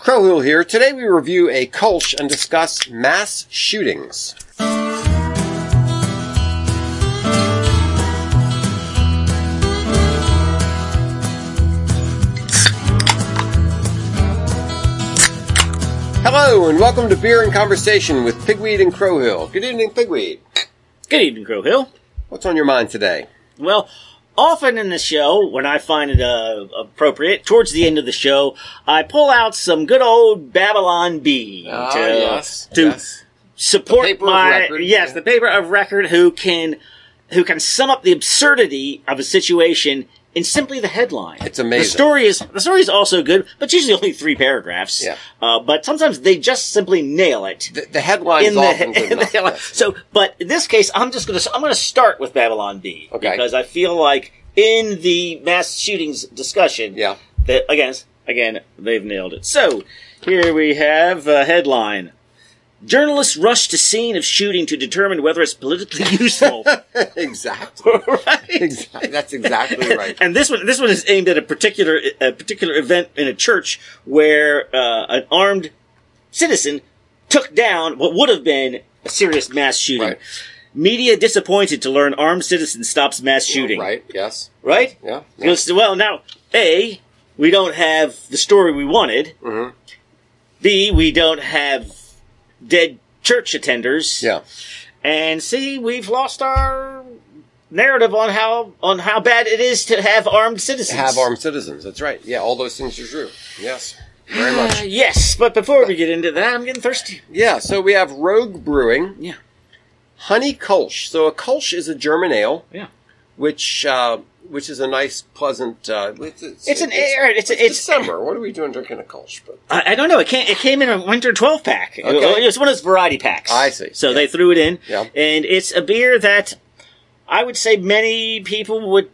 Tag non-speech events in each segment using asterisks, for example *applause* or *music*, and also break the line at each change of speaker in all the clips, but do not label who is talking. Khalil here. Today we review a Kolsch and discuss mass shootings. Hello and welcome to Beer and Conversation with Pigweed and Crowhill. Good evening, Pigweed.
Good evening, Crow Hill.
What's on your mind today?
Well, often in the show, when I find it uh, appropriate, towards the end of the show, I pull out some good old Babylon B to, to
Ah,
support
The paper of
my
record.
yes, the paper of record who can who can sum up the absurdity of a situation in simply the headline.
It's amazing.
The story is the story is also good, but usually only three paragraphs.
Yeah.
Uh, but sometimes they just simply nail it
The, the headline
in
is often
the,
good
in the
enough.
headline. So, but in this case, I'm just gonna I'm gonna start with Babylon B.
Okay.
Because I feel like in the mass shootings discussion,
Yeah.
That again, again, they've nailed it. So here we have a headline. Journalists rush to scene of shooting to determine whether it's politically *laughs* useful.
*laughs* exactly.
*laughs* right?
exactly. That's exactly right.
And this one, this one is aimed at a particular a particular event in a church where uh, an armed citizen took down what would have been a serious mass shooting.
Right.
Media disappointed to learn armed citizen stops mass shooting.
Right. Yes.
Right?
Yeah. yeah.
Because, well, now a we don't have the story we wanted.
Mm-hmm.
B we don't have dead church attenders.
Yeah.
And see, we've lost our narrative on how on how bad it is to have armed citizens.
Have armed citizens. That's right. Yeah. All those things are true. Yes. Very
Uh,
much.
yes, but before we get into that, I'm getting thirsty.
Yeah. So we have Rogue Brewing,
Yeah,
Honey Kolsch. So a Kolsch is a German ale,
yeah.
which uh, which is a nice, pleasant. Uh, it's,
It's an air. It's it's. it's
December. What are we doing drinking a Kolsch? But
I, I don't know. It came, it came in a winter twelve pack. It-
Okay.
It was one of those variety packs.
I see.
So
Yeah.
they threw it in.
Yeah.
And it's a beer that I would say many people would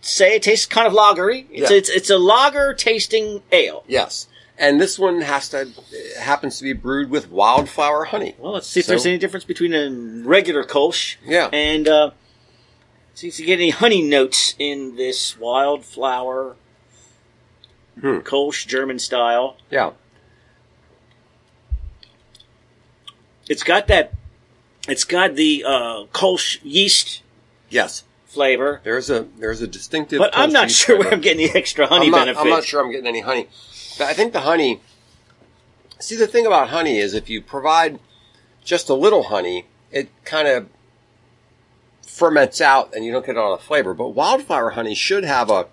say it tastes kind of lagery. It's
Yeah.
it's, it's a lager tasting ale.
yes. And this one has to happens to be brewed with wildflower honey.
Well, let's see if
So-
there's any difference between a regular Kolsch
Yeah.
and uh, see if you get any honey notes in this wildflower
Hmm.
Kolsch German style.
Yeah.
It's got that. It's got the uh, Kolsch yeast
Yes.
flavor,
There's a there's a distinctive.
but I'm
Kolsch
not
yeast
sure
flavor.
where I'm getting the extra honey
I'm not,
benefit.
I'm not sure I'm getting any honey. But I think the honey. See, the thing about honey is if you provide just a little honey, it kind of ferments out and you don't get all the flavor. But wildflower honey should have a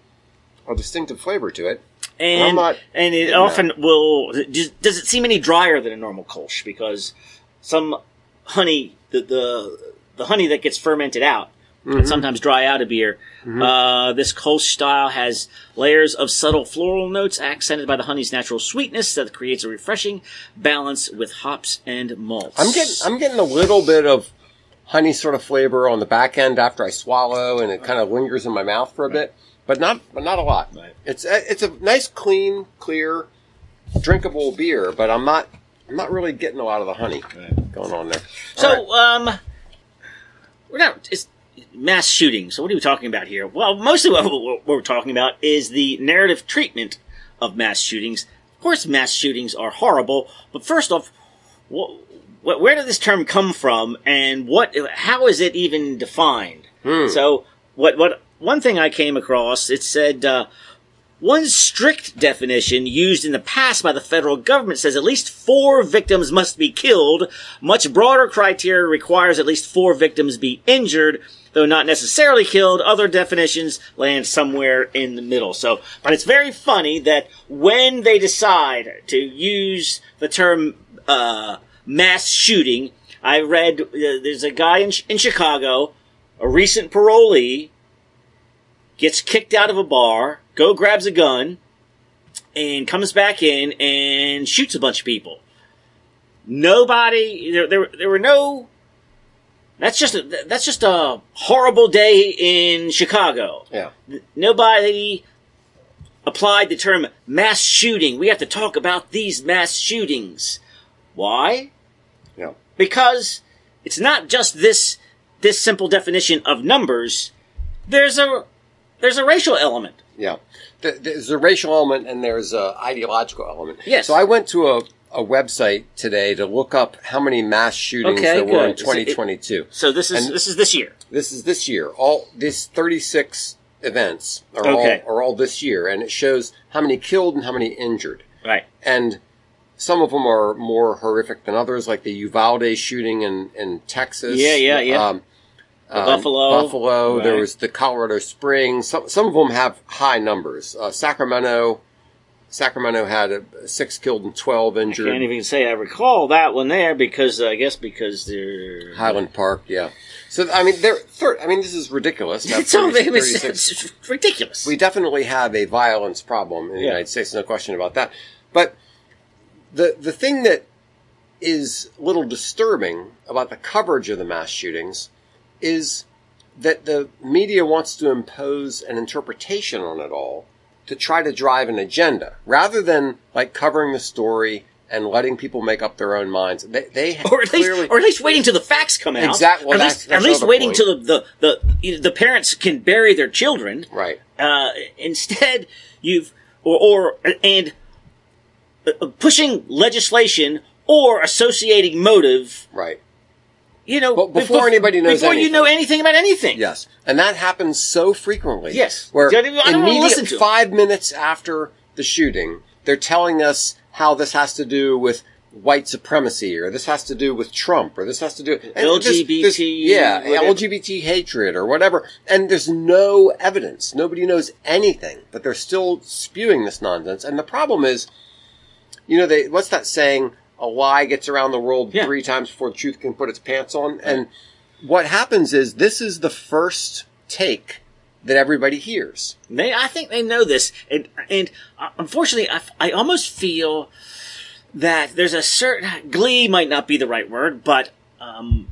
a distinctive flavor to it.
And
I'm not
and it
getting
often will. Does, does it seem any drier than a normal Kolsch? Because some honey, the the, the honey that gets fermented out.
Mm-hmm.
Can sometimes dry out a beer. Uh, this Kolsch style has layers of subtle floral notes accented by the honey's natural sweetness that creates a refreshing balance with hops and malts.
I'm getting I'm getting a little bit of honey sort of flavor on the back end after I swallow, and it kind of lingers in my mouth for a bit, but not but not a lot.
Right.
It's a- it's a nice, clean, clear, drinkable beer, but I'm not I'm not really getting a lot of the honey
Right.
going on there. All right.
So, um, we're not it's mass shooting. So, what are we talking about here? Well, mostly what, what we're talking about is the narrative treatment of mass shootings. Of course, mass shootings are horrible, but first off, wh- wh- where did this term come from, and what? How is it even defined? So, what? What? One thing I came across, it said. Uh, one strict definition used in the past by the federal government says at least four victims must be killed. Much broader criteria requires at least four victims be injured, though not necessarily killed. Other definitions land somewhere in the middle. So, but it's very funny that when they decide to use the term, uh, mass shooting, I read uh, there's a guy in, in Chicago, a recent parolee, gets kicked out of a bar, go grabs a gun, and comes back in and shoots a bunch of people. Nobody there there, there were no that's just a, that's just a horrible day in Chicago.
Yeah.
Nobody applied the term mass shooting. We have to talk about these mass shootings. Why?
Yeah.
because it's not just this this simple definition of numbers. There's a there's a racial element.
Yeah. th- there's a racial element and there's a ideological element.
Yes.
So I went to a, a website today to look up how many mass shootings
Okay,
there were in
good. Is it-
2022.
So this is
And-
this is this year.
this is this year. All these 36 events are
Okay.
all are all this year, and it shows how many killed and how many injured.
Right.
And some of them are more horrific than others, like the Uvalde shooting in, in Texas.
Yeah, yeah, yeah.
Um, um,
Buffalo.
Buffalo. There
Right.
was the Colorado Springs. Some some of them have high numbers. Uh, Sacramento. Sacramento had uh six killed and twelve injured.
Can't even say I recall that one there because uh, I guess because they're
Highland Park, yeah. So I mean, there. Thir- I mean, this is ridiculous. to have
*laughs* It's, all,
30
it's,
36
it's ridiculous.
we definitely have a violence problem in the
Yeah.
United States, no question about that. But the the thing that is a little disturbing about the coverage of the mass shootings is that the media wants to impose an interpretation on it all to try to drive an agenda rather than like covering the story and letting people make up their own minds. They, they
*laughs* or at least,
clearly-
or at least waiting till the facts come out.
Exact- well,
Or at
that's-
least,
that's
at least
another
waiting
point.
till the the the, you know, the parents can bury their children.
right.
Uh, instead, you've or or and uh, pushing legislation or associating motive.
Right.
You know,
But before anybody knows
before you
anything.
know anything about anything.
Yes, and that happens so frequently.
Yes.
where
I don't wanna
immediate-
listen to 'em.
five minutes after the shooting, they're telling us how this has to do with white supremacy, or this has to do with Trump, or this has to do and this-
LGBT,
this- yeah,
whatever.
LGBT hatred or whatever. And there's no evidence. Nobody knows anything, but they're still spewing this nonsense. And the problem is, you know, they what's that saying? A lie gets around the world
Yeah.
three times before the truth can put its pants on, and what happens is this is the first take that everybody hears.
They, I think they know this, and and uh, unfortunately, I, I almost feel that there's a certain glee might not be the right word, but um,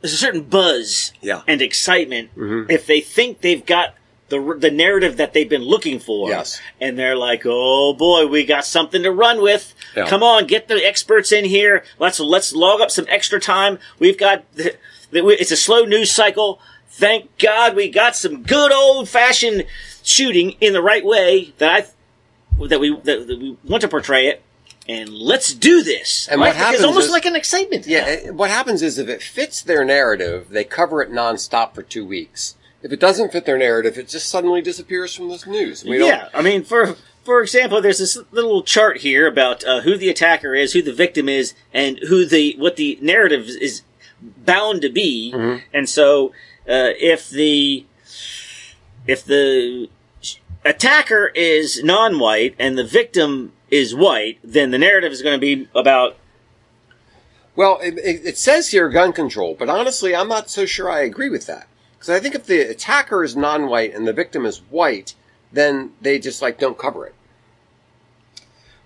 there's a certain buzz
Yeah. Mm-hmm.
and excitement if they think they've got the r- the narrative that they've been looking for.
Yes.
and they're like, oh boy, we got something to run with.
Yeah.
Come on, get the experts in here. Let's let's log up some extra time. We've got the, the, we- it's a slow news cycle. Thank God we got some good old fashioned shooting in the right way that I that we that, that we want to portray it. And let's do this.
And what
Like,
happens
It's almost
is-
like an excitement.
Yeah, it- Eh, what happens is if it fits their narrative, they cover it nonstop for two weeks. If it doesn't fit their narrative, it just suddenly disappears from this news. We don't,
yeah, I mean, for for example, there's this little chart here about uh, who the attacker is, who the victim is, and who the what the narrative is bound to be. And so, uh, if the if the attacker is non-white and the victim is white, then the narrative is going to be about
Well, it, it, it says here gun control, but honestly, I'm not so sure I agree with that. Because I think if the attacker is non-white and the victim is white, then they just like don't cover it.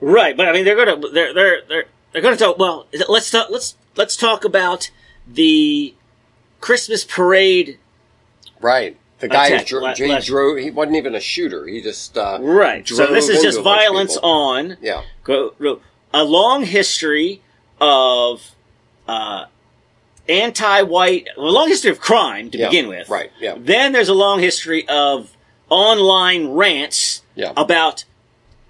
Right, but I mean, they're going to they're they're they're they're going to talk. Well, let's talk let's let's talk about the Christmas parade
Right. The guy
Attack,
who
la-
dro- he
last-
drove, he wasn't even a shooter. He just uh,
Right. So
drove
this is
into
just
a bunch of
violence
people.
on
Yeah.
go- go- a long history of uh, anti-white, well, a long history of crime to
Yeah,
begin with.
right, yeah.
Then there's a long history of online rants
Yeah.
about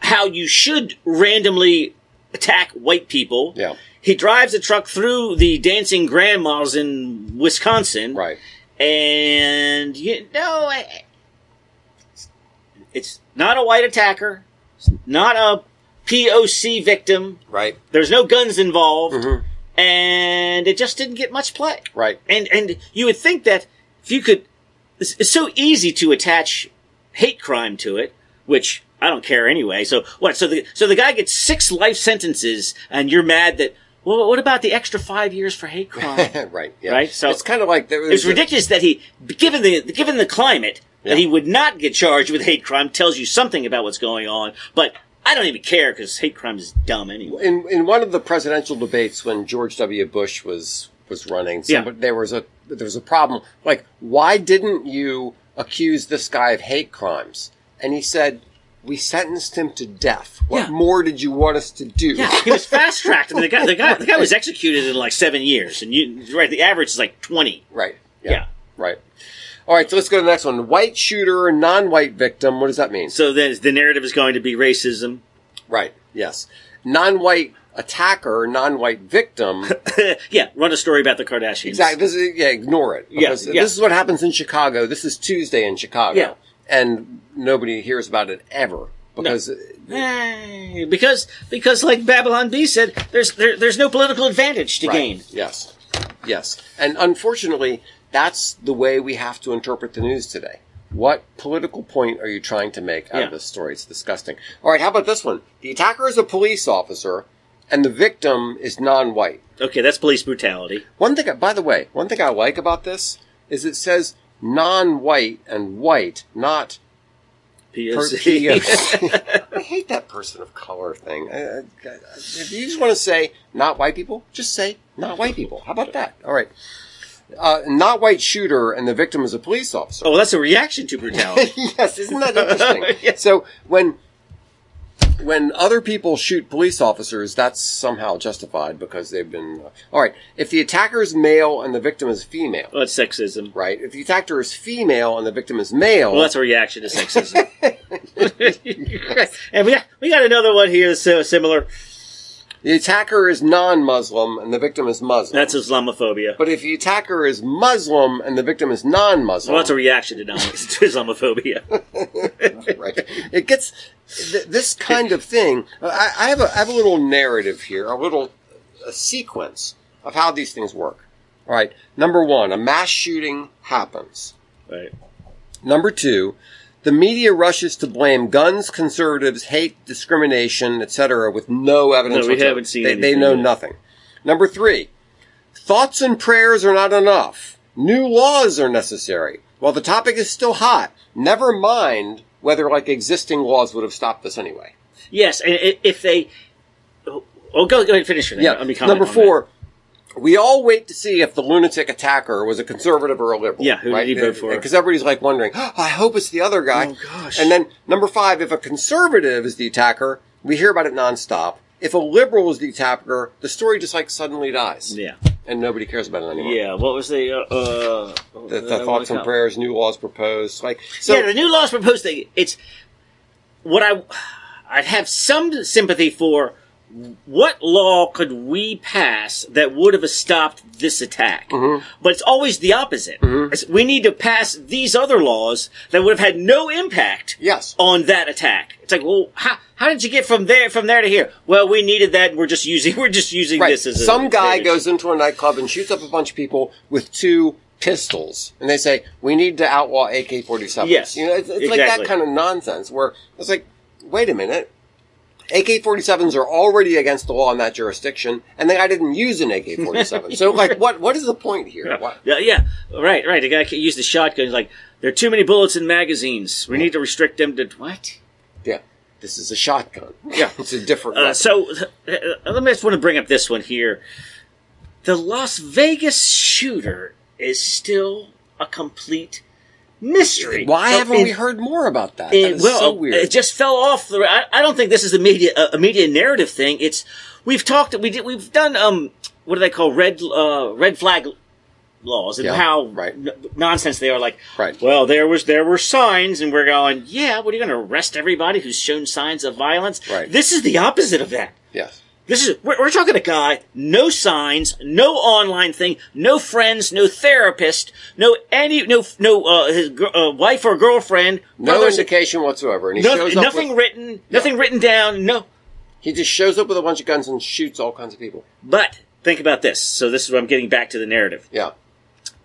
how you should randomly attack white people.
Yeah.
He drives a truck through the dancing grandmas in Wisconsin.
Right.
And you know, I- it's not a white attacker, it's not a POC victim.
Right.
There's no guns involved, and it just didn't get much play.
Right.
And and you would think that if you could, it's, it's so easy to attach hate crime to it, which I don't care anyway. So what? So the so the guy gets six life sentences, and you're mad that. Well, what about the extra five years for hate crime?
right. Yeah.
Right, so-
it's kind of like there was
It's
a-
ridiculous that he, given the given the climate,
Yeah.
that he would not get charged with hate crime tells you something about what's going on. But I don't even care because hate crime is dumb anyway.
in in one of the presidential debates when George W. Bush was was running,
Yeah.
somebody- there was a there was a problem. Like, why didn't you accuse this guy of hate crimes? And he said, "We sentenced him to death. What
Yeah.
more did you want us to do?"
Yeah, he was fast tracked,
*laughs*
and the guy the guy the guy was executed in like seven years, and you right the average is like twenty.
Right.
Yeah.
Right. All right, so let's go to the next one. White shooter, non-white victim. What does that mean?
So then the narrative is going to be racism.
Right. Yes. Non-white attacker, non-white
*laughs*
victim.
yeah, run a story about the Kardashians.
exactly. This is, yeah, ignore it.
Yeah,
Because
yeah.
This is what happens in Chicago. This is Tuesday in Chicago.
Yeah.
And nobody hears about it ever because
Eh, Because because like Babylon B said, there's there, there's no political advantage to gain.
Yes. Yes. And unfortunately, that's the way we have to interpret the news today. What political point are you trying to make out
Yeah.
of this story? It's disgusting. All right, how about this one? The attacker is a police officer and the victim is non white.
Okay, that's police brutality.
One thing, I- by the way, one thing I like about this is it says non white and white, not per-
*laughs*
POC. I hate that person of color thing. I, I, I- if you just want to say not white people, just say not white people. How about that? All right. Uh, not white shooter and the victim is a police officer.
oh, well, that's a reaction to brutality.
*laughs* yes, isn't that interesting?
*laughs* Yeah.
So when when other people shoot police officers, that's somehow justified because they've been all right. If the attacker is male and the victim is female,
well, that's sexism.
right? If the attacker is female and the victim is male,
Well, that's a reaction
*laughs*
to sexism. and we got, we got another one here that's so similar.
the attacker is non-Muslim and the victim is Muslim.
That's Islamophobia.
But if the attacker is Muslim and the victim is non-Muslim,
Well, that's a reaction to, non- *laughs* to
*laughs*
Islamophobia.
right? It gets th- this kind of thing. I, I have a I have a little narrative here, a little a sequence of how these things work. All right. Number one, a mass shooting happens.
Right.
Number two, the media rushes to blame guns, conservatives, hate, discrimination, etc., with no evidence.
No, we
whatsoever.
haven't seen
They, they
anything
know
yet.
nothing. Number three, thoughts and prayers are not enough. New laws are necessary. While the topic is still hot, never mind whether like existing laws would have stopped this anyway.
Yes, and i- if they. Oh, go, go ahead and finish it.
Yeah.
Let me comment
Number
on
four. We all wait to see if the lunatic attacker was a conservative or a liberal.
Yeah, who did he vote for?
Because everybody's like wondering, "Oh, I hope it's the other guy.
Oh, gosh.
And then number five, if a conservative is the attacker, we hear about it nonstop. If a liberal is the attacker, the story just like suddenly dies.
that. Yeah.
And nobody cares about it anymore.
Yeah, what was the. Uh, uh,
The, the thoughts and prayers, new laws proposed. Like, so,
yeah, the new laws proposed thing. It's what I I'd have some sympathy for. What law could we pass that would have stopped this attack?
Mm-hmm.
But it's always the opposite. It's- We need to pass these other laws that would have had no impact
yes.
on that attack. It's like, well, how, how did you get from there from there to here? Well, we needed that. And we're just using *laughs* we're just using
Right.
this as a-
Some guy goes into a nightclub and shoots up a bunch of people with two pistols, and they say we need to outlaw AK forty seven.
Yes.
you know, it's, it's like
Exactly.
that kind of nonsense. Where it's like, wait a minute, AK forty sevens are already against the law in that jurisdiction, and the guy didn't use an AK forty
*laughs*
seven. So, like, what what is the point here? Why-
Yeah, yeah, right, right. The guy can use the shotgun. He's like, there are too many bullets in magazines. We need to restrict them to what?
Yeah, this is a shotgun. Yeah, *laughs* it's a different.
Uh,
weapon.
so *laughs* uh, let me just want to bring up this one here. The Las Vegas shooter is still a complete mystery.
Why
So
haven't
in-
we heard more about that?
in-
that is
well, uh,
so weird.
It just fell off the. I, I don't think this is a media a, a media narrative thing. It's we've talked. We did. We've done. Um, what do they call red uh, red flag laws and
Yeah,
how
right.
n- nonsense they are. Like,
Right.
Well, there was there were signs, and we're going. Yeah, what are you going to arrest everybody who's shown signs of violence?
Right.
This is the opposite of that.
yes.
This is we're, we're talking a guy, no signs, no online thing, no friends, no therapist, no any, no no uh, his gr- uh, wife or girlfriend,
No
brothers-
indication whatsoever, and he
no-
shows up
nothing
with-
written, nothing written down, no.
He just shows up with a bunch of guns and shoots all kinds of people.
But think about this. So this is where I'm getting back to the narrative.
Yeah.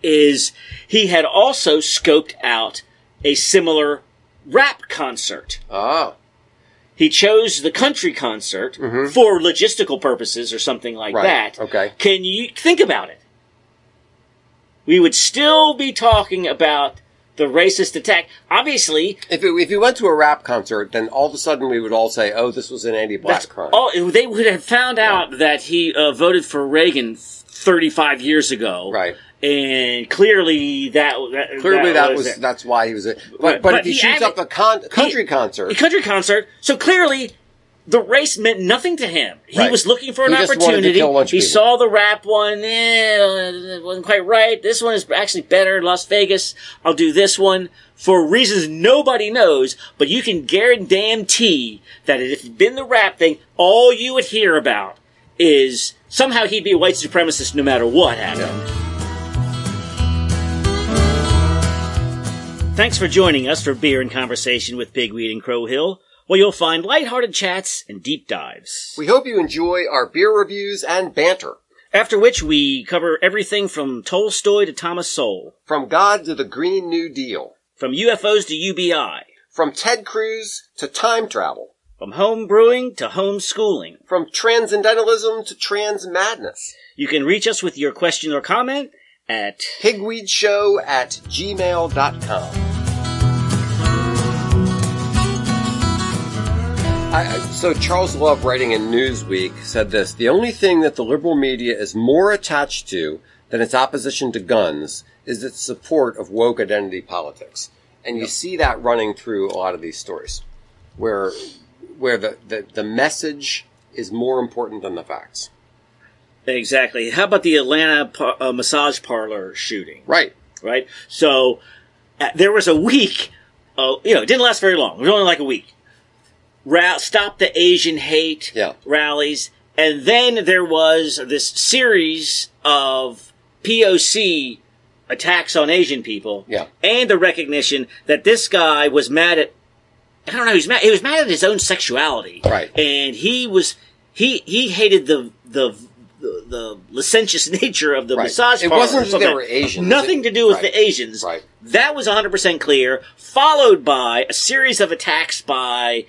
Is he had also scoped out a similar rap concert.
Ah.
He chose the country concert for logistical purposes or something like
Mm-hmm. Right.
that.
Okay.
Can you think about it? We would still be talking about the racist attack. Obviously,
If it, if you went to a rap concert, then all of a sudden we would all say, "Oh, this was an anti-black
that's
crime."
all, they would have found out that he uh, voted for Reagan 35 years ago.
Right.
And clearly that, that
Clearly, that, was,
it.
that's why he was. A, but, but
Right, but
if he,
he
shoots
added-
up a con- country concert,
a country concert. So clearly the race meant nothing to him. He
Right.
was looking for an
He just wanted to
opportunity.
kill a bunch of
He
people.
saw the rap one, eh, it wasn't quite right. This one is actually better in Las Vegas. I'll do this one for reasons nobody knows, but you can guarantee that if it'd been the rap thing, all you would hear about is somehow he'd be a white supremacist no matter what happened. Thanks for joining us for Beer and Conversation with Bigweed and Crow Hill, where you'll find lighthearted chats and deep dives.
We hope you enjoy our beer reviews and banter.
After which we cover everything from Tolstoy to Thomas Sowell,
From God to the Green New Deal.
from UFOs to UBI,
From Ted Cruz to time travel.
from home brewing to homeschooling.
From transcendentalism to trans madness.
You can reach us with your question or comment at
Pigweedshow at gmail.com. I, I- so Charles Love, writing in Newsweek, said this: "The only thing that the liberal media is more attached to than its opposition to guns is its support of woke identity politics, and you see that running through a lot of these stories, where where the, the, the message is more important than the facts."
exactly. How about the Atlanta par- uh, massage parlor shooting?
Right.
right? So uh, there was a week, uh, you know, it didn't last very long. It was only like a week. Ra- stop the Asian hate
Yeah.
rallies. And then there was this series of POC attacks on Asian people.
Yeah.
And the recognition that this guy was mad at, I don't know, he was mad, he was mad at his own sexuality.
Right.
And he was, he, he hated the, the, the, the licentious *laughs* nature of the
Right.
massage
It
parlor
wasn't
or
that
something.
they were Asians.
Nothing to do with
Right.
the Asians.
Right.
That was 100% clear, followed by a series of attacks by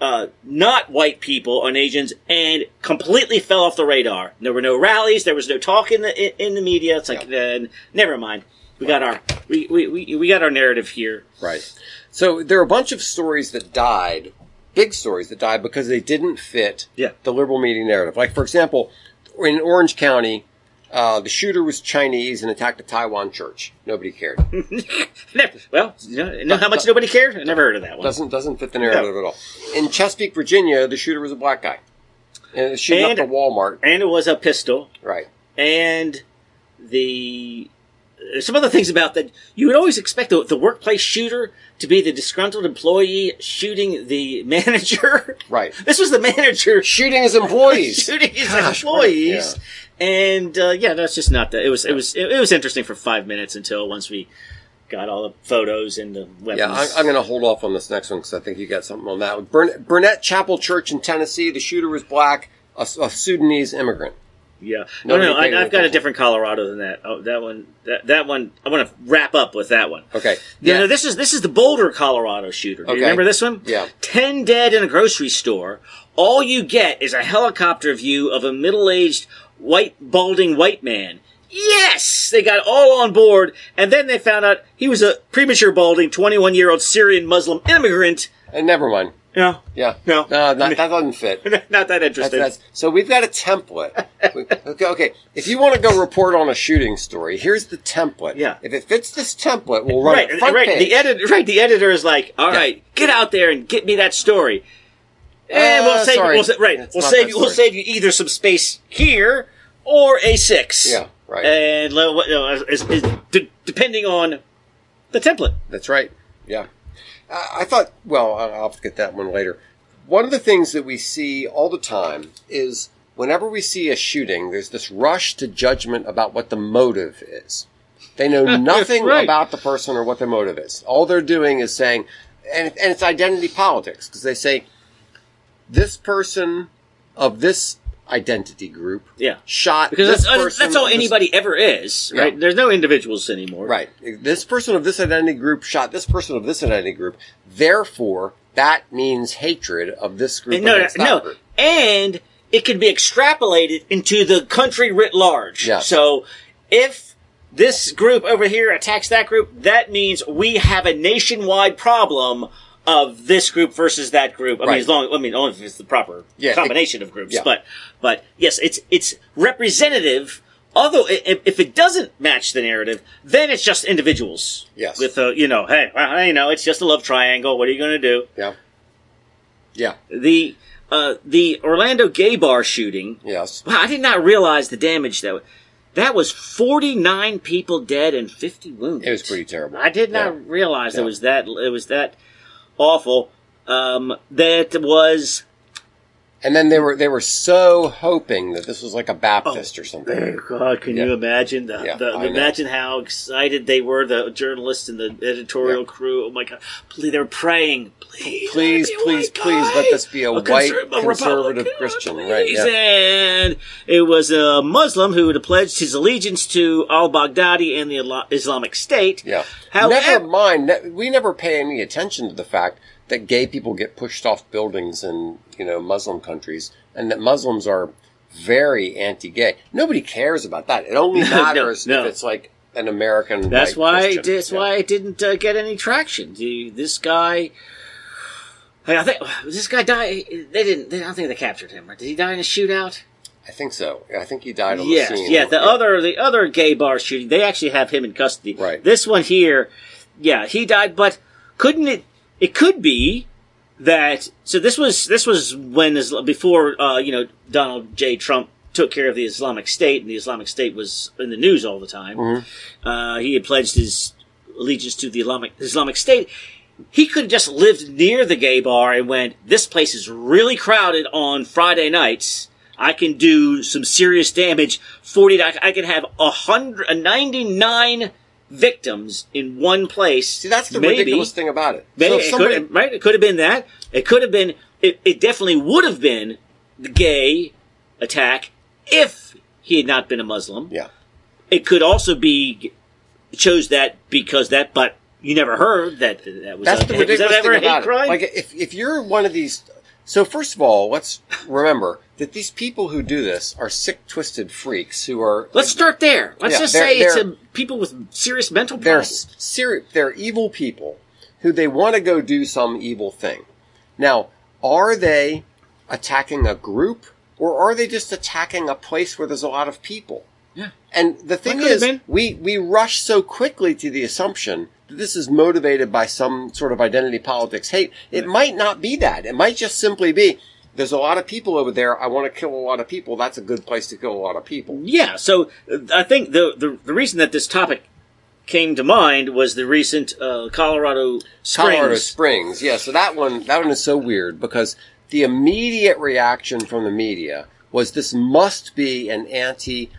uh, not white people on Asians and completely fell off the radar. There were no rallies, there was no talk in the in, in the media. It's like, then never mind. We got our we, we, we, we got our narrative here.
Right. So there are a bunch of stories that died, big stories that died because they didn't fit
Yeah.
the liberal media narrative. Like, for example, in Orange County, uh, the shooter was Chinese and attacked a Taiwan church. Nobody cared.
Hmm. Never- well, you know, know how much nobody cared? I never heard of that one.
Doesn't doesn't fit the narrative at all. In Chesapeake, Virginia, the shooter was a black guy. And shooting
And-
up a Walmart.
And it was a pistol.
Right.
and the uh, some other things about that you would always expect the, the workplace shooter to be the disgruntled employee shooting the *laughs* manager.
Right.
This was the manager
Shooting his employees.
*laughs* shooting his
Gosh, what a-
employees, and uh, yeah, that's just not that. It was it was it, it was interesting for five minutes until once we got all the photos and the weapons.
Yeah, I'm, I'm going to hold off on this next one because I think you got something on that one. Burn, Burnett Chapel Church in Tennessee, the shooter was black, a, a Sudanese immigrant.
Yeah. No,
Nobody
no,
paid any
I, I've got a
attention.
different Colorado than that. Oh, that one, that, that one. I want to wrap up with that one.
Okay.
Yeah.
Yeah.
No, this is this is the Boulder, Colorado shooter. Do
Okay.
you remember this one?
Yeah.
Ten dead in a grocery store. All you get is a helicopter view of a middle-aged white balding white man. Yes, they got all on board, and then they found out he was a premature balding, twenty-one-year-old Syrian Muslim immigrant.
And never mind.
No,
Yeah.
No.
No, not, that doesn't fit.
*laughs* not that interesting.
That's- that's- so we've got a template. We- okay, okay. If you want to go report on a shooting story, here's the template.
Yeah.
If it fits this template, we'll run
right,
it front
right.
page.
The edit, right. The editor is like, "All right, get out there and get me that story." And
Uh,
we'll save,
sorry.
we'll sa- right.
It's
we'll
not
save
that
you. We'll
story.
save you either some space here or a six.
Yeah, right.
And le- what- you know, is- is- de- depending on the template.
That's right. Yeah. I, I thought, well, I- I'll get that one later. One of the things that we see all the time is whenever we see a shooting, there's this rush to judgment about what the motive is. They
*laughs*
know nothing
Right.
about the person or what their motive is. All they're doing is saying, and, and it's identity politics because they say, this person of this identity group
Yeah.
shot
Because
this
that's, uh,
person
that's all
of this-
anybody ever is, right?
Yeah.
There's no individuals anymore.
Right. This person of this identity group shot this person of this identity group. Therefore, that means hatred of this group.
And no,
against that
no,
group.
and it can be extrapolated into the country writ large.
Yes.
So if this group over here attacks that group, that means we have a nationwide problem of this group versus that group. I mean,
Right.
as long, I mean, only if it's the proper
Yeah, it-
combination of groups.
yeah.
But, but yes, it's it's representative. Although i- if, if it doesn't match the narrative, then it's just individuals.
Yes.
With a, you know, hey, well, you know, it's just a love triangle. What are you going to do?
Yeah. Yeah.
The uh, the Orlando gay bar shooting.
Yes.
Wow, I did not realize the damage that that was 49 people dead and 50 wounded.
It was pretty terrible.
I did not
Yeah.
realize it
Yeah.
was that it was that awful. Um, that was
And then they were they were so hoping that this was like a
Oh.
Baptist or something.
God, can you
Yeah.
imagine the,
Yeah,
the
I know.
imagine how excited they were, the journalists and the editorial crew. Oh my God, please, they were praying, please,
Please,
let it be a
please,
white
please
guy,
let this be a white
conser- a
conservative
Republican,
Christian,
please.
right? Yeah.
And it was a Muslim who had pledged his allegiance to al Baghdadi and the Isla- Islamic State.
Yeah. never
However,
mind. ne- We never pay any attention to the fact that gay people get pushed off buildings in you know Muslim countries, and that Muslims are very anti-gay. Nobody cares about that. It only
*laughs* No, no,
matters
no.
if it's like an American.
that's
white
why
Christian.
that's
Yeah.
why it didn't uh, get any traction. The, this guy. I think this guy died. They didn't. They, I don't think they captured him. Right? Did he die in a shootout?
I think so. I think he died on
Yes,
the scene.
yeah. The other the other gay bar shooting, they actually have him in custody.
Right.
This one here, yeah, he died. But couldn't it? It could be that. So this was this was when is before uh, you know Donald J. Trump took care of the Islamic State, and the Islamic State was in the news all the time.
Mm-hmm.
Uh, he had pledged his allegiance to the Islamic Islamic State. He could have just lived near the gay bar and went, This place is really crowded on Friday nights. I can do some serious damage. Forty, I, I can have a hundred, a ninety-nine victims in one place.
See, that's the
maybe.
ridiculous thing about it.
Maybe
So if
it
somebody-
could have, right? It could have been that. It could have been. It, it definitely would have been the gay attack if he had not been a Muslim.
yeah.
It could also be chose that because that, but you never heard that that was.
That's
a,
the
was that
ridiculous
ever a
thing
hate
about it.
crime?
Like if if you're one of these, so first of all, let's remember that these people who do this are sick, twisted freaks who are
Let's start there. Let's
Yeah,
just
they're-
say it's
they're-
a, people with serious mental
they're
problems.
seri- they're evil people who they want to go do some evil thing. Now, are they attacking a group or are they just attacking a place where there's a lot of people?
Yeah.
And the thing
could have
is,
been.
we, we rush so quickly to the assumption that this is motivated by some sort of identity politics hate. It might not be that. It might just simply be there's a lot of people over there. I want to kill a lot of people. That's a good place to kill a lot of people.
Yeah, so uh, I think the, the the reason that this topic came to mind was the recent uh, Colorado Springs.
Colorado Springs. Yeah, so that one that one is so weird because the immediate reaction from the media was this must be an anti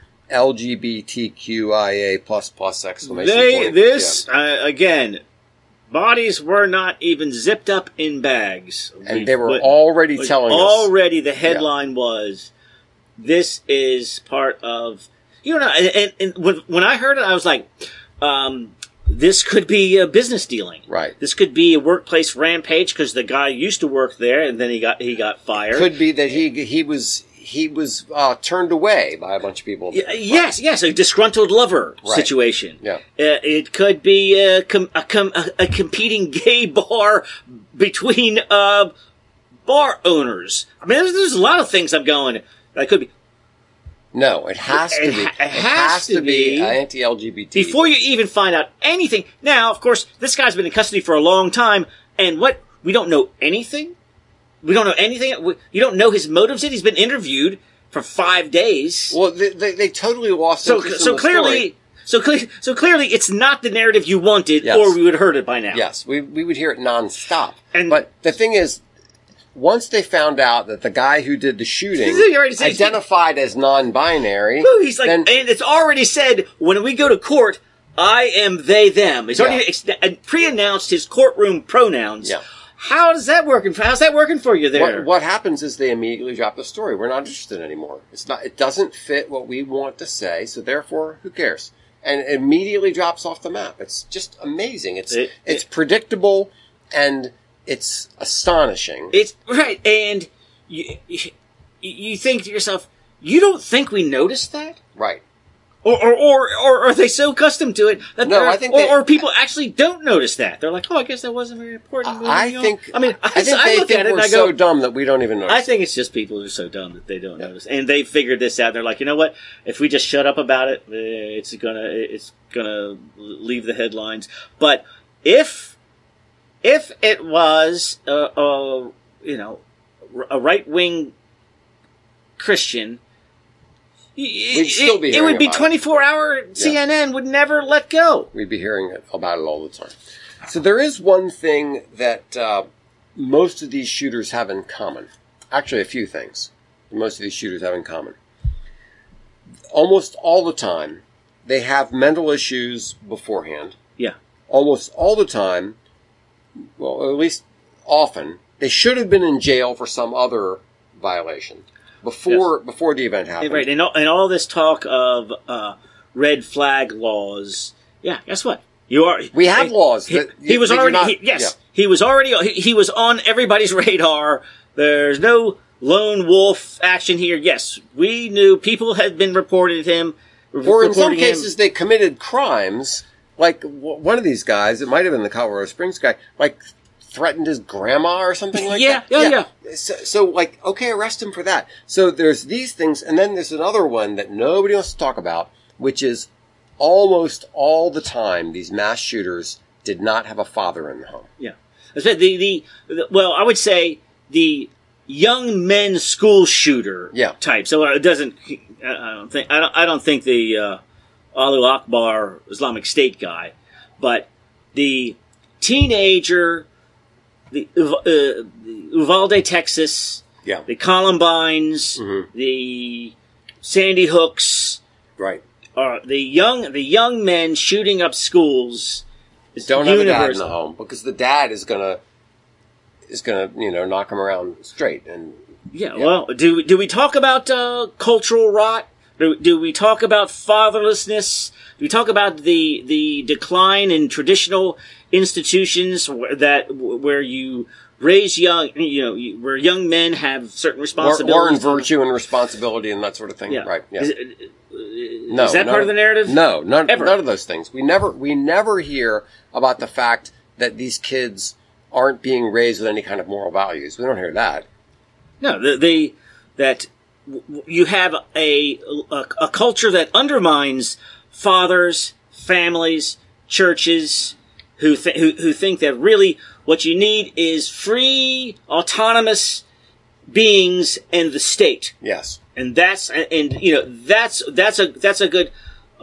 LGBTQIA plus plus exclamation
They
point.
this uh, again, bodies were not even zipped up in bags,
Yeah. and they were
But-
already
like,
telling us
already the headline was this is part of you know and, and, and when, when i heard it i was like um, this could be a business dealing
Right.
this could be a workplace rampage because the guy used to work there and then he got he got fired
could be that he he was he was uh, turned away by a bunch of people.
Y- Yes, yes, a disgruntled lover
Right.
situation.
Yeah.
Uh, it could be a, com- a, com- a, a competing *laughs* gay bar between uh, bar owners. I mean, there's, there's a lot of things I'm going. That could be
No, it has to
It
be.
ha- it has to be.
anti LGBT.
before you even find out anything. Now, of course, this guy's been in custody for a long time, and what we don't know anything. We don't know anything. We, you don't know his motives yet. He's been interviewed for five days.
well, they, they, they totally lost.
so
interest in
so
the story.
clearly so cle- so clearly it's not the narrative you wanted
Yes.
or we would have heard it by now
Yes, we we would hear it nonstop.
And-
but the thing is, once they found out that the guy who did the shooting
*laughs* You already said-
identified as non-binary,
Woo, he's like
then-
and it's already said when we go to court i am they them he's already
Yeah.
ex- and pre-announced his courtroom pronouns
Yeah.
how does that working for how's that working for you there
what, what happens is they immediately drop the story. We're not interested anymore. It's not. It doesn't fit what we want to say. So therefore, who cares? And it immediately drops off the map. It's just amazing. It's
It-
it's predictable and it's astonishing.
it's right and you, you you think to yourself you don't think we noticed that
right.
or, or, or, or are they so accustomed to it that
No,
they're-
I think
or,
they-
or people actually don't notice that they're like, oh, I guess that wasn't very important. Moving
I
on.
think.
I mean, I,
I think
I
they
look
think
at it
we're
and I go,
so dumb that we don't even notice.
I think it's just people who are so dumb that they don't notice, and they figured this out. They're like, you know what? If we just shut up about it, eh, it's gonna it's gonna leave the headlines. But if if it was, uh, uh, you know, r- a right wing Christian,
We'd
We'd
still be
it,
hearing
would be
about it.
24 hour CNN would never let go.
We'd be hearing it- about it all the time. So there is one thing that uh, most of these shooters have in common. Actually, a few things most of these shooters have in common. Almost all the time, they have mental issues beforehand.
Yeah.
Almost all the time, well, at least often, they should have been in jail for some other violation before before the event happened.
Right. And all, and all this talk of uh, red flag laws. Yeah. Guess what? You are.
We have laws
He,
that-
he was
that you're
already.
not-
he- yes.
yeah.
He was already. He, he was on everybody's *laughs* radar. There's no lone wolf action here. Yes. We knew people had been reported him.
or in some
reporting him.
cases they committed crimes like w- one of these guys it might have been the colorado springs guy like threatened his grandma or something like
*laughs* Yeah, oh,
that
yeah,
So, so like okay arrest him for that so there's these things and then there's another one that nobody wants to talk about which is almost all the time these mass shooters did not have a father in the home
Yeah. I said The, the, the- well, I would say the young men school shooter
Yeah.
type. So uh, it doesn't. I I don't think. I don't. I don't think the uh, Alu Akbar Islamic State guy, but the teenager, the Uva- uh, the Uvalde, Texas,
yeah
the Columbines,
Mm-hmm.
the Sandy Hooks,
right
or the young the young men shooting up schools. is
don't have a dad in
universal.
the home because the dad is gonna is gonna you know knock him around straight and
Yeah, well, do do we talk about uh, cultural rot? Do, do we talk about fatherlessness? Do we talk about the the decline in traditional institutions where, that where you raise young, you know, you- where young men have certain
or,
responsibilities?
or in virtue and responsibility and that sort of thing
Yeah.
right yeah
Is, it-
No,
is that
none
part of the narrative?
No, none,
Ever.
none of those things. We never we never hear about the fact that these kids aren't being raised with any kind of moral values. We don't hear that.
No, the, the that w- w- you have a, a a culture that undermines fathers, families, churches who th- who who think that really what you need is free, autonomous beings and the state
Yes.
and that's and you know that's that's a that's a good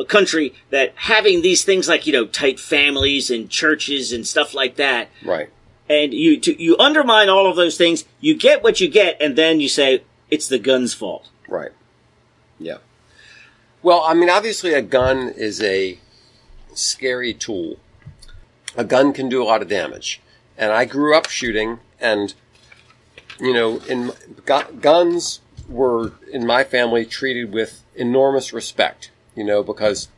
country that having these things like you know tight families and churches and stuff like that
Right.
and you to, you undermine all of those things. You get what you get, and then you say it's the gun's fault.
Right. Yeah. Well, I mean, obviously, a gun is a scary tool. A gun can do a lot of damage, and I grew up shooting, and you know, in gu- guns were in my family treated with enormous respect. You know, because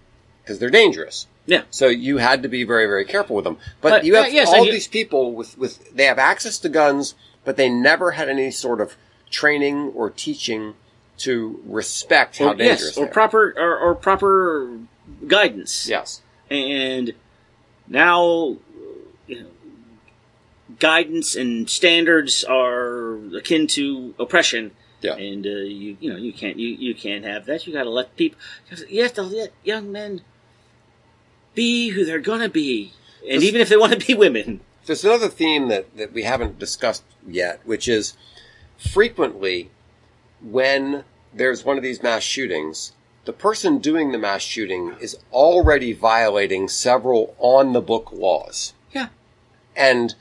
because they're dangerous.
Yeah,
So you had to be very, very careful with them. But,
But,
you have
uh, yes,
all
and you-
these people with, with, they have access to guns, but they never had any sort of training or teaching to respect how dangerous
yes,
they
or
are.
proper or, or proper guidance.
yes.
and now you know, guidance and standards are akin to oppression.
Yeah.
and uh, you you know you can't you, you can't have that. You got to let people. You have to let young men be who they're gonna be, and even if they want to be women.
There's another theme that, that we haven't discussed yet, which is frequently when there's one of these mass shootings, the person doing the mass shooting is already violating several on the book laws.
Yeah.
And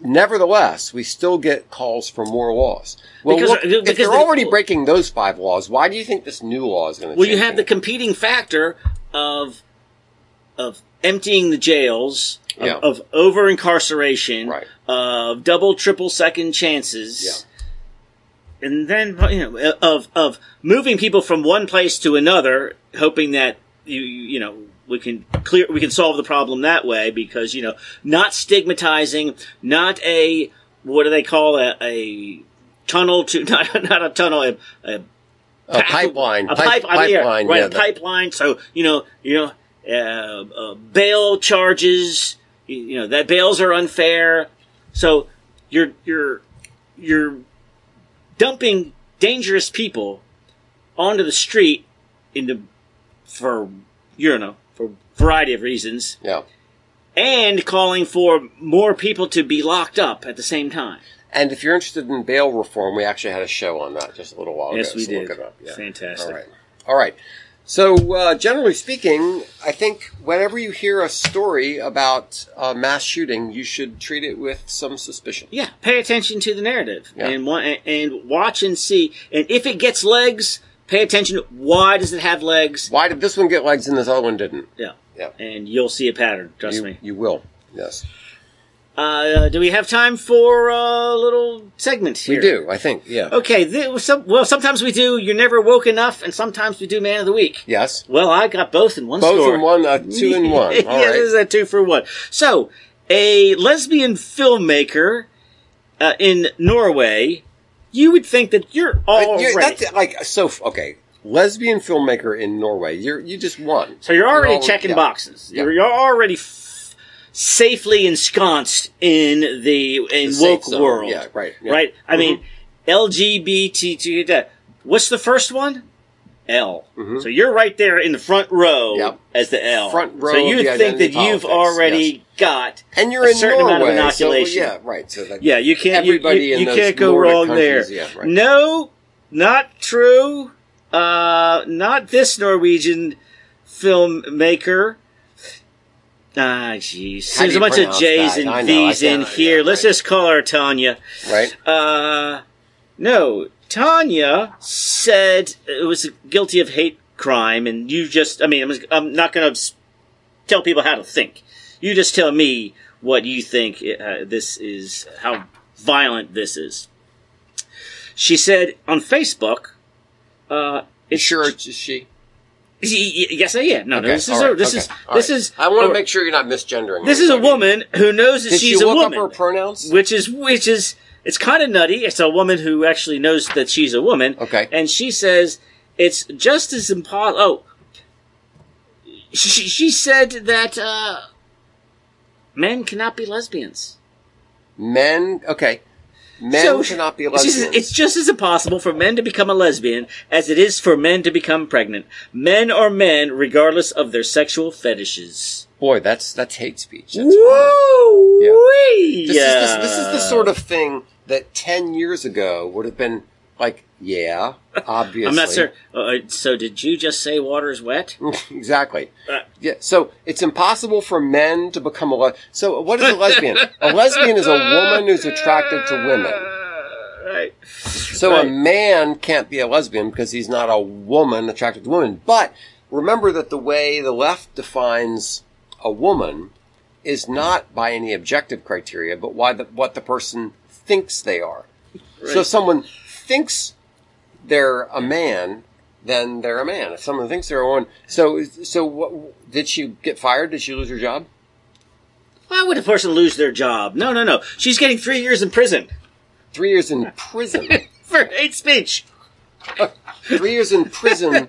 nevertheless, we still get calls for more laws. Well,
Because- uh,
look, if
because
they're
the-
already breaking those five laws, why do you think this new law is going to?
Well, you have the competing factor of of emptyying the jails, of,
Yeah.
of over incarceration,
Right.
of double, triple second chances, and then you know uh, of of moving people from one place to another, hoping that you you know we can clear we can solve the problem that way because you know not stigmatizing, not a what do they call a, a tunnel to *laughs* not not a tunnel a, a
a pipeline,
a
pipe-
pipe, I mean, yeah,
pipeline,
right?
yeah,
a
the-
pipeline. So you know, you know, uh, uh, bail charges. You, you know that bails are unfair. So you're you're you're dumping dangerous people onto the street into for you know for a variety of reasons,
yeah.
and calling for more people to be locked up at the same time.
And if you're interested in bail reform, we actually had a show on that just a little while
Yes,
ago.
we
so
did.
Look it up. Yeah.
Fantastic.
All right. All right. So, uh, generally speaking, I think whenever you hear a story about a mass shooting, you should treat it with some suspicion.
Yeah, pay attention to the narrative
Yeah.
and wa- and watch and see. And if it gets legs, pay attention. Why does it have legs?
Why did this one get legs and this other one didn't?
Yeah,
Yeah.
and you'll see a pattern. Trust
You,
me.
you will. Yes.
Uh, do we have time for a little segment here?
We do, I think. Yeah.
Okay. Th- well, some, well, sometimes we do. You're never woke enough, and sometimes we do man of the week.
Yes.
Well, I got both in one.
Both
store.
in one, uh, two
*laughs*
in one. All right.
yeah, this is a two for one. So, a lesbian filmmaker uh, in Norway. You would think that you're all
But you-
right.
That's like so. f- Okay, lesbian filmmaker in Norway. You're you just won.
So you're already
You're all-
checking
yeah.
boxes.
Yeah.
You're, you're already f- safely ensconced in the in
The
woke
safe zone.
world.
Yeah, right, yeah. Mm-hmm.
Right. I mean, LGBT. What's the first one? L. So you're right there in the front row
Mm-hmm. Yep.
as the L.
Front row
So
of
you
the
would think that
identity
you've
politics,
already got.
and you're
a
in
certain
Norway.
amount of
so,
inoculation.
yeah, right. So that
Yeah, you can't. you-
Everybody
you,
in
you
those
can't go
Nordic
wrong there.
countries, yeah, right.
No, not true. Uh, not this Norwegian filmmaker. Ah, jeez.
How do
There's a
you
bunch of
pronounce
J's
that? I
and
know, I
V's in
can't-
here.
yeah,
Let's
right.
just call her Tanya.
right.
Uh, no, Tanya said it was guilty of hate crime, and you just, I mean, I'm, I'm not going to tell people how to think. You just tell me what you think uh, this is, how violent this is. She said on Facebook, uh,
It's
it's
sure it's just she.
Y- y- Yes, I am. No, no,
Okay,
this is
all right,
a, this
okay,
is
all
this
right.
is.
I want
or-
to make sure you're not misgendering.
This is a
anybody.
woman who knows that
Did
she's
she look
a woman
up her pronouns?
which is which is it's kind of nutty. It's a woman who actually knows that she's a woman.
Okay.
and she says it's just as impossible. Oh, she she said that uh, men cannot be lesbians.
Men. Okay. Men
So-
cannot be
She
lesbians.
says it's just as impossible for men to become a lesbian as it is for men to become pregnant. Men are men, regardless of their sexual fetishes.
Boy, that's that's hate speech. That's horrible.
Woo!
This, is, this, this is the sort of thing that ten years ago would have been like, yeah, obviously.
*laughs* I'm not sure. Uh, so, did you just say water is wet?
*laughs* exactly.
Uh,
Yeah, so it's impossible for men to become a le- so what is a lesbian? a lesbian is a woman who's attracted to women.
Uh, Right.
So
Right.
a man can't be a lesbian because he's not a woman attracted to women. But remember that the way the left defines a woman is not by any objective criteria, but why the, what the person thinks they are. So if someone thinks they're a man, then they're a man. If someone thinks they're a woman, so so what, did she get fired? Did she lose her job?
Why would a person lose their job? No, no, no. She's getting three years in prison
Three years in prison.
*laughs* for hate speech. *laughs*
Three years in prison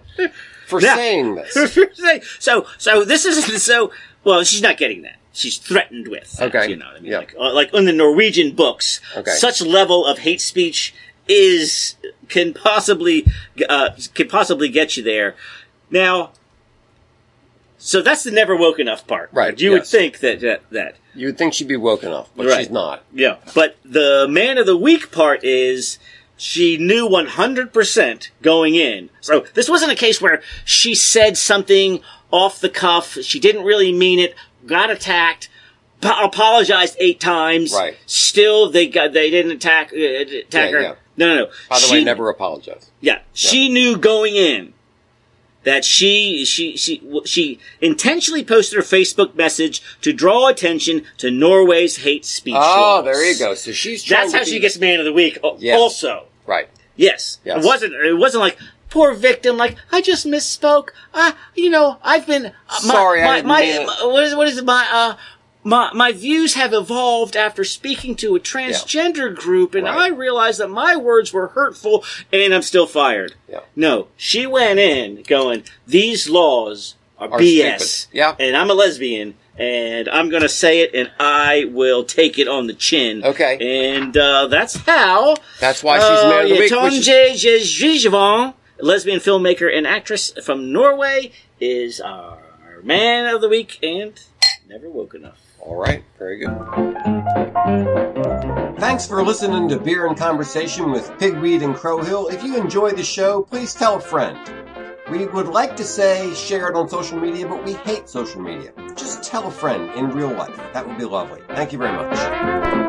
for saying this.
so, so this is so. Well, she's not getting that. She's threatened with. that,
Okay.
You know what I mean?
Yeah.
Like, uh, like in the Norwegian books,
Okay.
such level of hate speech is can possibly uh, can possibly get you there. Now, so that's the never woke enough part.
Right,
You would
yes.
think that that. that
You would think she'd be woke enough, but
Right.
she's not.
Yeah. But the man of the week part is she knew 100% going in. So this wasn't a case where she said something off the cuff. She didn't really mean it, got attacked. po- Apologized eight times.
Right.
Still, they got they didn't attack uh,
Yeah,
attack her.
yeah.
No, no, no.
By the
She-
way, never apologize.
yeah, she knew going in that she she she w- she intentionally posted her Facebook message to draw attention to Norway's hate speech.
Oh,
laws.
there you go. So she's trying
That's
to
how
be-
she gets man of the week. al-
Yes.
Also,
right.
yes.
Yes.
it wasn't it wasn't like poor victim. Like I just misspoke. I you know I've been uh, my,
Sorry, I
My,
didn't
my,
mean it.
my- what is what is it? my uh. My, my views have evolved after speaking to a transgender group, and
Right.
I realized that my words were hurtful, and I'm still fired.
Yeah.
No, she went in going, these laws are,
Are
BS.
stupid. Yeah.
And I'm a lesbian, and I'm going to say it, and I will take it on the chin.
Okay.
And uh, that's how.
That's why she's
uh,
man of the week,
Yaton
which is-
J- J- Jijivon, a lesbian filmmaker and actress from Norway, is our man of the week and never woke enough.
All right. Very good. Thanks for listening to Beer and Conversation with Pigweed and Crowhill. If you enjoy the show, please tell a friend. We would like to say share it on social media, but we hate social media. Just tell a friend in real life. That would be lovely. Thank you very much.